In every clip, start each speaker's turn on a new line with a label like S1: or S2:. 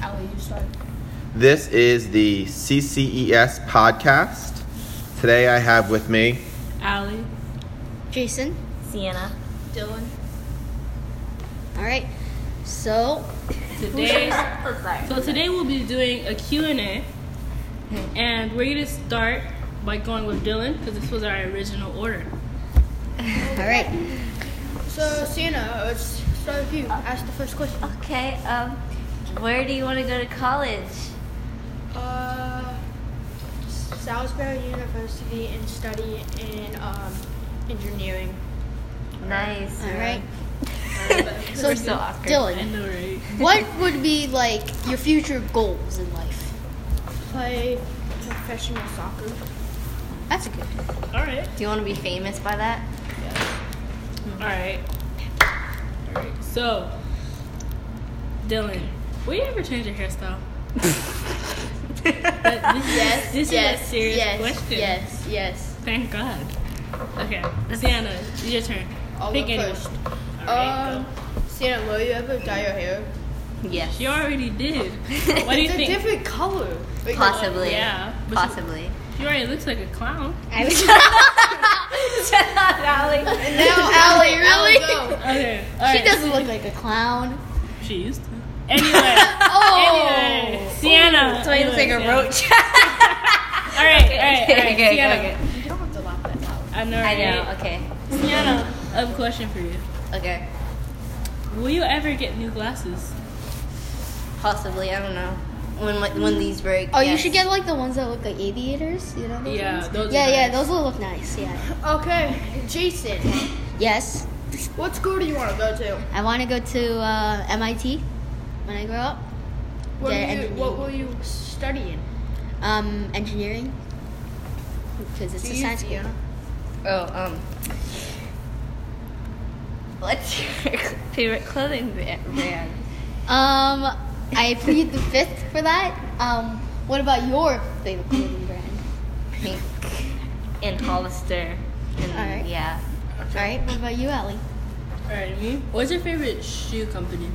S1: Allie, you start.
S2: This is the CCES podcast. Today I have with me
S3: Allie.
S4: Jason.
S5: Sienna.
S1: Dylan.
S4: All right. So,
S3: Today,
S5: Sorry.
S3: so today we'll be doing a Q&A. And we're going to start by going with Dylan because this was our original order.
S4: all right.
S1: So, Sienna, let's start with you. Ask the first question.
S5: Okay, um, where do you want to go to college?
S1: Uh, Salisbury University and study in um, engineering.
S5: Nice.
S4: All right.
S5: We're so awkward.
S3: I
S4: Dylan,
S3: know, right?
S4: what would be like your future goals in life?
S1: Play professional soccer.
S4: That's a good.
S3: All right.
S5: Do you want to be famous by that?
S3: All right. All right. So, Dylan, will you ever change your hairstyle? But this, yes. This is a serious question.
S4: Yes. Yes.
S3: Thank God. Okay, Sienna, it's your turn.
S1: I'll
S3: Pick
S1: go
S3: anyone.
S1: first.
S3: All right,
S1: um,
S3: go.
S1: Sienna, will you ever dye your hair?
S5: Yes.
S3: She already did. What do you
S1: it's a
S3: think?
S1: different color. Wait, no,
S5: Possibly.
S3: Yeah, but she-
S5: Possibly.
S3: She already looks like a clown.
S4: I was
S5: Shut up, Allie.
S1: Now, Allie, really? go.
S3: Okay, all
S4: she
S3: right.
S4: doesn't look like a clown.
S3: She used to. Anyway. Oh. Anyway, Sienna.
S5: So he looks like a
S3: Anyway,
S5: roach.
S3: Sienna. All right, all right, all right.
S5: Okay,
S3: Sienna.
S5: okay.
S1: You don't have to laugh that loud.
S3: I know,
S5: I
S3: right?
S5: know. Okay.
S3: Sienna, I have a question for you.
S5: Okay.
S3: Will you ever get new glasses?
S5: Possibly. I don't know. When my- when these break.
S4: Oh, you
S5: yes.
S4: should get like the ones that look like aviators. You know those
S3: Yeah,
S4: ones?
S3: those are
S4: Yeah, yeah,
S3: nice.
S4: those will look nice. Yeah.
S1: Okay, Jason,
S4: Yes.
S1: what school do you want to go to?
S4: I want to go to uh, MIT when I grow up.
S1: What,
S4: Yeah,
S1: will you,
S4: engineering.
S1: what will you study in?
S4: Um, engineering. Because it's
S1: Do
S4: a
S1: you,
S4: science school.
S1: Fiona?
S5: Oh, um. What's your favorite clothing ba- brand?
S4: Um, I plead the fifth for that. Um, what about your favorite clothing brand?
S5: Pink and Hollister. And
S4: Alright.
S5: yeah.
S4: All right. What about you, Ellie?
S3: All right, me. What's your favorite shoe company?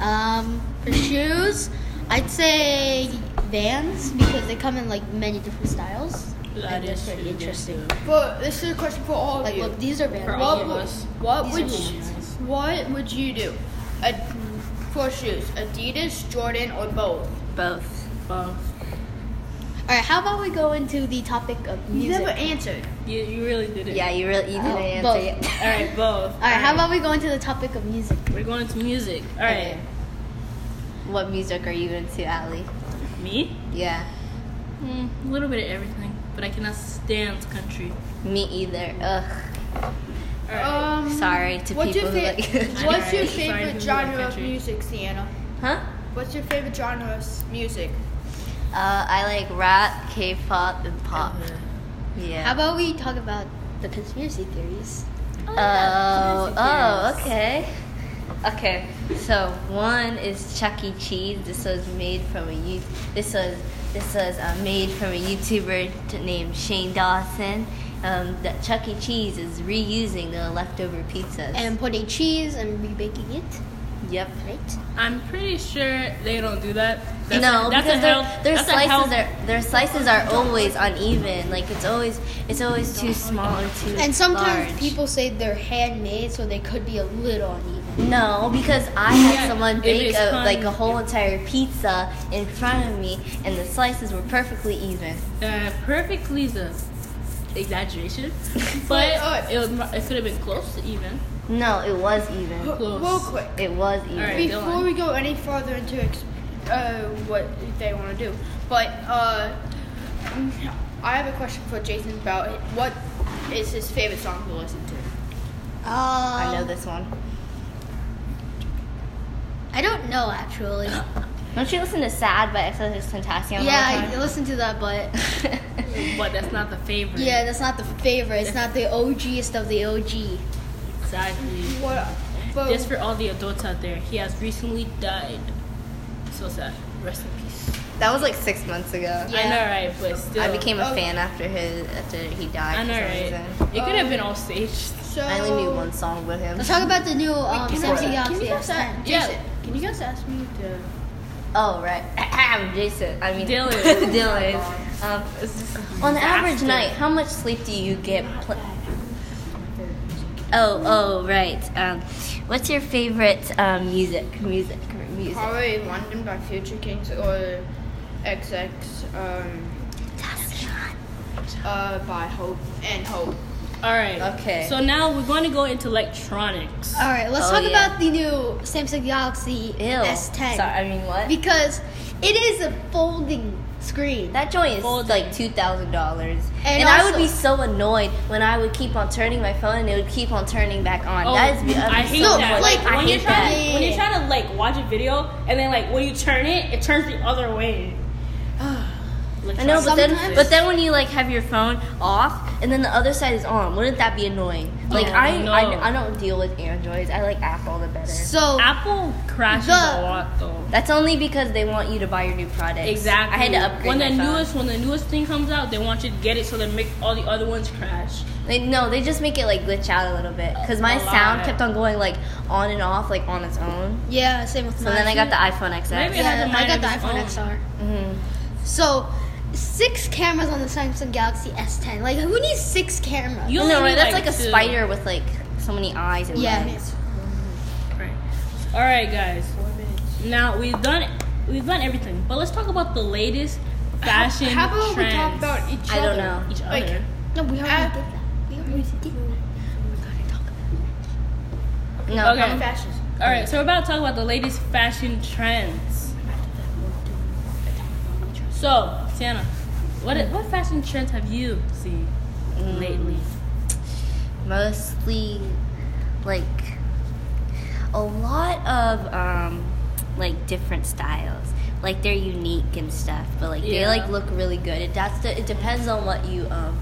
S4: Um, for shoes, I'd say Vans because they come in like many different styles.
S3: That
S4: that's
S3: is
S4: pretty
S3: really
S4: interesting.
S3: good.
S1: But this is a question for all of
S4: Like,
S1: you.
S4: look, these are Vans.
S3: For all
S1: what
S3: of
S1: would,
S3: us.
S1: what
S3: These
S1: would
S3: are
S1: you,
S3: nice.
S1: what would you do? Ad, for shoes, Adidas, Jordan, or both?
S5: Both.
S3: Wow.
S4: All right. How about we go into the topic of
S1: You
S4: music?
S1: never answered.
S3: You, you really did it.
S5: Yeah, you really you didn't
S4: Oh,
S5: answer
S4: both.
S5: yet.
S3: All right, both.
S4: All right. How about we go into the topic of music?
S3: We're going to music. All right.
S5: Okay. What music are you into, Allie?
S3: Me?
S5: Yeah.
S3: Mm, a little bit of everything, but I cannot stand country.
S5: Me either. Ugh.
S3: All right.
S1: Um,
S5: Sorry to
S1: what's your
S5: people who
S1: fa-
S5: like.
S1: What's your
S3: Sorry. Sorry to
S1: favorite
S3: people who like
S1: genre of
S3: country.
S1: music, Sienna?
S5: huh?
S1: What's your favorite genre of s- music?
S5: Uh, I like rap, K-pop, and pop. Yeah.
S4: How about we talk about the conspiracy theories?
S5: Oh, oh, okay. Okay, so one is Chuck E. Cheese. This was made from a you. This was this was uh, made from a YouTuber t- named Shane Dawson. Um, that Chuck E. Cheese is reusing the leftover pizzas.
S4: And putting cheese and rebaking it,
S5: yep.
S4: right?
S3: I'm pretty sure they don't do that. That's
S5: no,
S3: a, that's
S5: because
S3: a
S5: their,
S3: health,
S5: their
S3: that's a
S5: slices
S3: health-
S5: are their slices are always uneven. Like it's always it's always too small or too
S4: And sometimes
S5: large.
S4: people say they're handmade, so they could be a little uneven.
S5: No, because I had
S3: Yeah,
S5: someone
S3: if
S5: bake
S3: it's
S5: a,
S3: fun-
S5: like a whole entire pizza in front of me, and the slices were perfectly even.
S3: uh, perfectly the exaggeration, but
S1: But, uh,
S3: it, was, it could have been close to even.
S5: No, it was even.
S3: Close.
S1: Real quick.
S5: It was even.
S3: All right.
S1: Before
S3: Dylan.
S1: we go any further into ex- uh, what they want to do, but uh, I have a question for Jason about what is his favorite song to listen to.
S4: Uh,
S5: I
S3: Um,
S5: know this one.
S4: I don't know actually.
S5: Don't you listen to "Sad" by XXX Tentacion? all the
S4: yeah, I
S5: time?
S4: listened to that, but
S3: But that's not the favorite.
S4: yeah, that's not the favorite. It's not the OGest of the OG.
S3: Exactly.
S1: What? But
S3: Just for all the adults out there, he has recently died. So sad. Rest in peace.
S5: that was like six months ago.
S3: I know, right? But still,
S5: I became a
S1: Oh.
S5: fan after his after he died.
S3: I know,
S5: for some
S3: right?
S5: reason.
S3: It could have been all staged.
S1: so,
S5: I only knew one song with him.
S4: Let's talk about the new um,
S1: Can,
S4: Samsung
S1: I, can
S4: Galaxy
S1: you guys
S4: S10.
S1: ask,
S3: Yeah.
S1: Jason? Can you guys ask me to
S5: Oh right, Jason. I mean
S3: Dylan. Oh
S5: Dylan. Um, on average night, how much sleep do you get? Pl- oh oh right. Um, what's your favorite um, music? Music music.
S1: Probably London by Future Kings or XX um, uh, by Hope and Hope.
S3: All right.
S5: Okay.
S3: So now we're going to go into electronics.
S4: All right, let's
S5: Oh,
S4: talk
S5: yeah.
S4: about the new Samsung Galaxy
S5: Ew.
S4: S10
S5: Sorry, I mean what?
S4: because it is a folding screen.
S5: That joint is
S3: Folding.
S5: like two thousand dollars,
S4: And
S5: and, I would
S4: also-
S5: be so annoyed when I would keep on turning my phone and it would keep on turning back on.
S3: Oh,
S5: that is be- I'd be
S3: I hate
S5: so
S3: that.
S5: annoyed.
S4: like,
S5: I
S3: when you're
S5: hate
S3: trying
S5: that.
S4: that.
S3: when you're trying to like watch a video and then like when you turn it, it turns the other way.
S5: I know, but then
S4: Sometimes-
S5: but then when you like have your phone off and then the other side is on, wouldn't that be annoying? Like
S3: Oh,
S5: I,
S3: no.
S5: I I don't deal with androids. I like Apple the better.
S4: So
S3: Apple crashes
S4: The-
S3: a lot though.
S5: That's only because they want you to buy your new product.
S3: Exactly.
S5: I had to upgrade
S3: when the
S5: my phone.
S3: newest when the newest thing comes out, they want you to get it so they make all the other ones crash.
S5: They, no, they just make it like glitch out a little bit because my
S3: A lot.
S5: sound kept on going like on and off like on its own.
S4: yeah, same with
S5: So
S4: mine.
S5: then I got the iPhone XS.
S3: Maybe
S4: yeah,
S3: It has a
S4: I
S3: mind
S4: got
S3: of
S4: the
S3: its
S4: iPhone
S3: own.
S4: XR.
S5: Mhm.
S4: So six cameras on the Samsung Galaxy S10. Like who needs six cameras?
S3: You
S5: I
S3: only
S5: know, right?
S3: need,
S5: That's
S3: like,
S5: like, a
S3: two.
S5: spider with like so many eyes and
S4: yeah.
S5: legs.
S3: Right. All right, guys. Now we've done we've done everything, but let's talk about the latest fashion
S1: How about
S3: trends.
S1: we talk about each
S5: I
S1: other?
S5: don't know.
S3: each
S1: like,
S3: other?
S4: No, we already
S1: Uh,
S4: did that. We already did that. Oh
S5: No,
S3: Okay.
S5: um,
S1: Fashions.
S3: All right, so we're about to talk about the latest fashion trends. So, Sienna, what
S4: Mm.
S3: what fashion trends have you seen
S5: Mm.
S3: lately?
S5: mostly like a lot of um like different styles. Like they're unique and stuff, but like they
S3: Yeah.
S5: like look really good. It that's the, it depends on what you um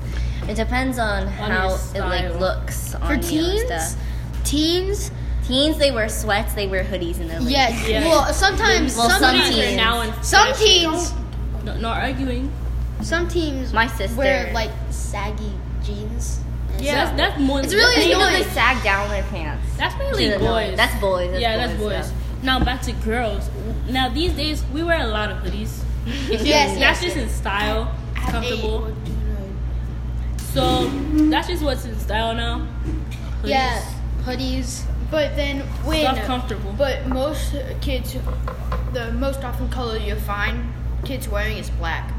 S5: it depends on, how it
S3: style.
S5: like looks on you
S4: For
S5: and
S4: teens,
S5: stuff.
S4: teens.
S5: Teens they wear sweats, they wear hoodies and they're like
S4: Yes.
S3: Yeah.
S4: Well, sometimes
S5: Well,
S4: some
S5: some
S4: teens,
S5: teens.
S3: They're now in
S4: some
S3: fashion.
S4: teens,
S3: No, not arguing.
S4: some teams
S5: My sister.
S4: wear like saggy jeans.
S3: Yeah, that's, that's more.
S4: It's
S5: That's
S4: really
S5: because
S4: annoying.
S5: they sag down their pants.
S3: That's mainly
S5: She's annoying.
S3: boys.
S5: That's boys. That's
S3: yeah,
S5: boys,
S3: that's boys.
S5: yeah.
S3: Now back to girls. Now these days we wear a lot of hoodies.
S4: Yes,
S3: that's
S4: yes,
S3: just in style,
S1: At
S3: comfortable.
S1: eight, we'll
S3: So that's just what's in style now. Hoodies.
S4: Yeah, hoodies.
S1: do that. But then when
S3: Stuff comfortable.
S1: But most kids, the most often color you find kids wearing is black.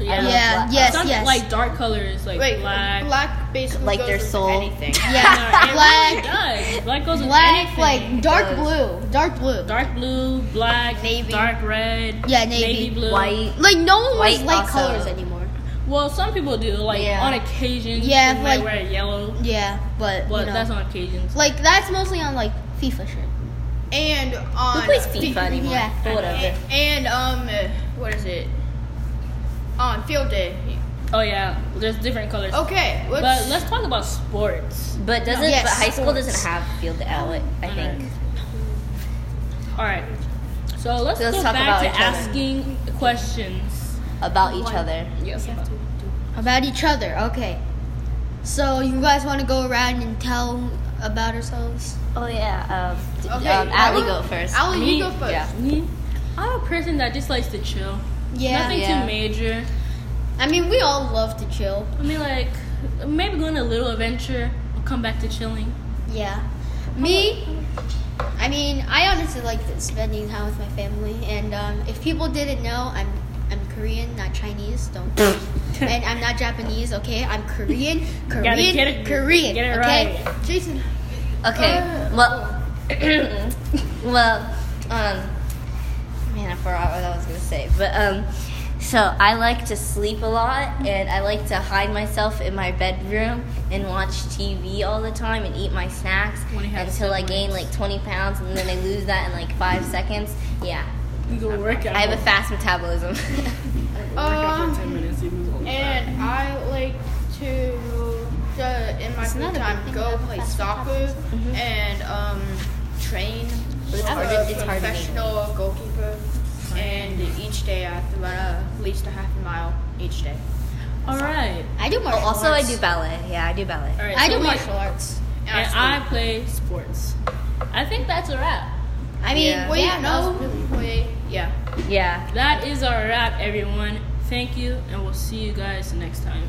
S5: I
S3: yeah.
S5: love
S4: Yeah,
S5: black.
S4: yes,
S3: Some,
S4: yes.
S3: like dark colors, like
S1: Wait,
S3: black.
S1: black, basically
S5: Like
S1: goes
S5: their
S1: with
S5: soul.
S1: anything.
S3: Yeah,
S4: yeah,
S3: it
S4: black,
S3: really does. Black goes with
S4: black,
S3: anything.
S4: like dark
S5: It
S4: blue, dark blue.
S3: dark blue, black,
S4: Navy.
S3: dark red.
S4: Yeah, navy.
S3: blue.
S5: White.
S4: Like no one wears
S5: White
S4: light
S5: also.
S4: colors anymore.
S3: Well, some people do. Like
S5: Yeah.
S3: on occasion,
S4: Yeah,
S3: they might
S4: like-
S3: wear yellow,
S4: Yeah, but
S3: but
S4: you know.
S3: that's on occasions.
S4: like that's mostly on like FIFA shit.
S1: And on
S5: Who plays FIFA anymore?
S4: yeah.
S5: But whatever.
S1: And um, what is it? On field day.
S3: Oh yeah, there's different colors.
S1: Okay, let's,
S3: But let's talk about sports.
S5: But doesn't
S4: Yes,
S5: but high school
S4: sports.
S5: doesn't have field outlet, I think.
S3: All right. So let's,
S5: Let's
S3: go
S5: talk
S3: back
S5: about
S3: to
S5: each other.
S3: asking questions.
S5: About each other.
S3: Yes.
S4: About each other. Okay. So you guys want to go around and tell about ourselves?
S5: Oh yeah. Um, d-
S1: Okay,
S5: um Allie
S1: Ella-
S5: go first.
S4: Oh,
S1: Allie,
S3: Me?
S1: you go first.
S5: Yeah.
S3: Me, I'm a person that just likes to chill.
S4: Yeah.
S3: Nothing
S5: yeah.
S3: too major.
S4: I mean, we all love to chill.
S3: I mean, like maybe go on a little adventure. I'll come back to chilling.
S4: Yeah. Me, I mean, I honestly like spending time with my family. And um, if people didn't know, I'm I'm Korean, not Chinese. Don't. and I'm not Japanese. Okay, I'm Korean. Korean.
S3: get it-
S4: Korean.
S3: get it
S4: okay? Jason.
S5: Okay.
S1: Uh,
S5: well Well, um man, I forgot what I was gonna say. But um so I like to sleep a lot and I like to hide myself in my bedroom and watch TV all the time and eat my snacks
S3: When you have
S5: until I gain like 20 pounds and then I lose that in like 5 seconds. Yeah.
S3: You go work out.
S5: I have a fast metabolism.
S1: Um,
S3: minutes.
S1: And I like to, uh, in my free
S4: not a big
S1: time,
S4: thing
S1: go
S4: about
S1: play
S4: fast food
S1: soccer and um, train.
S5: But it's
S1: I'm
S5: hard
S1: a
S5: to- it's hard to do.
S1: professional goalkeeper, and each day I have to run at least a half a mile each day.
S3: All right.
S4: I do martial
S5: Oh, also, I
S4: arts.
S5: do ballet. Yeah, I do ballet.
S3: All right.
S4: I
S3: so
S4: do
S3: we-
S4: martial arts.
S3: And I play sports. I think that's a wrap.
S4: I mean,
S5: Yeah.
S4: yeah,
S1: Wait,
S4: no.
S1: no. Wait, Yeah.
S5: Yeah.
S3: That is our wrap, everyone. Thank you, and we'll see you guys next time.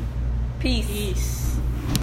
S3: Peace.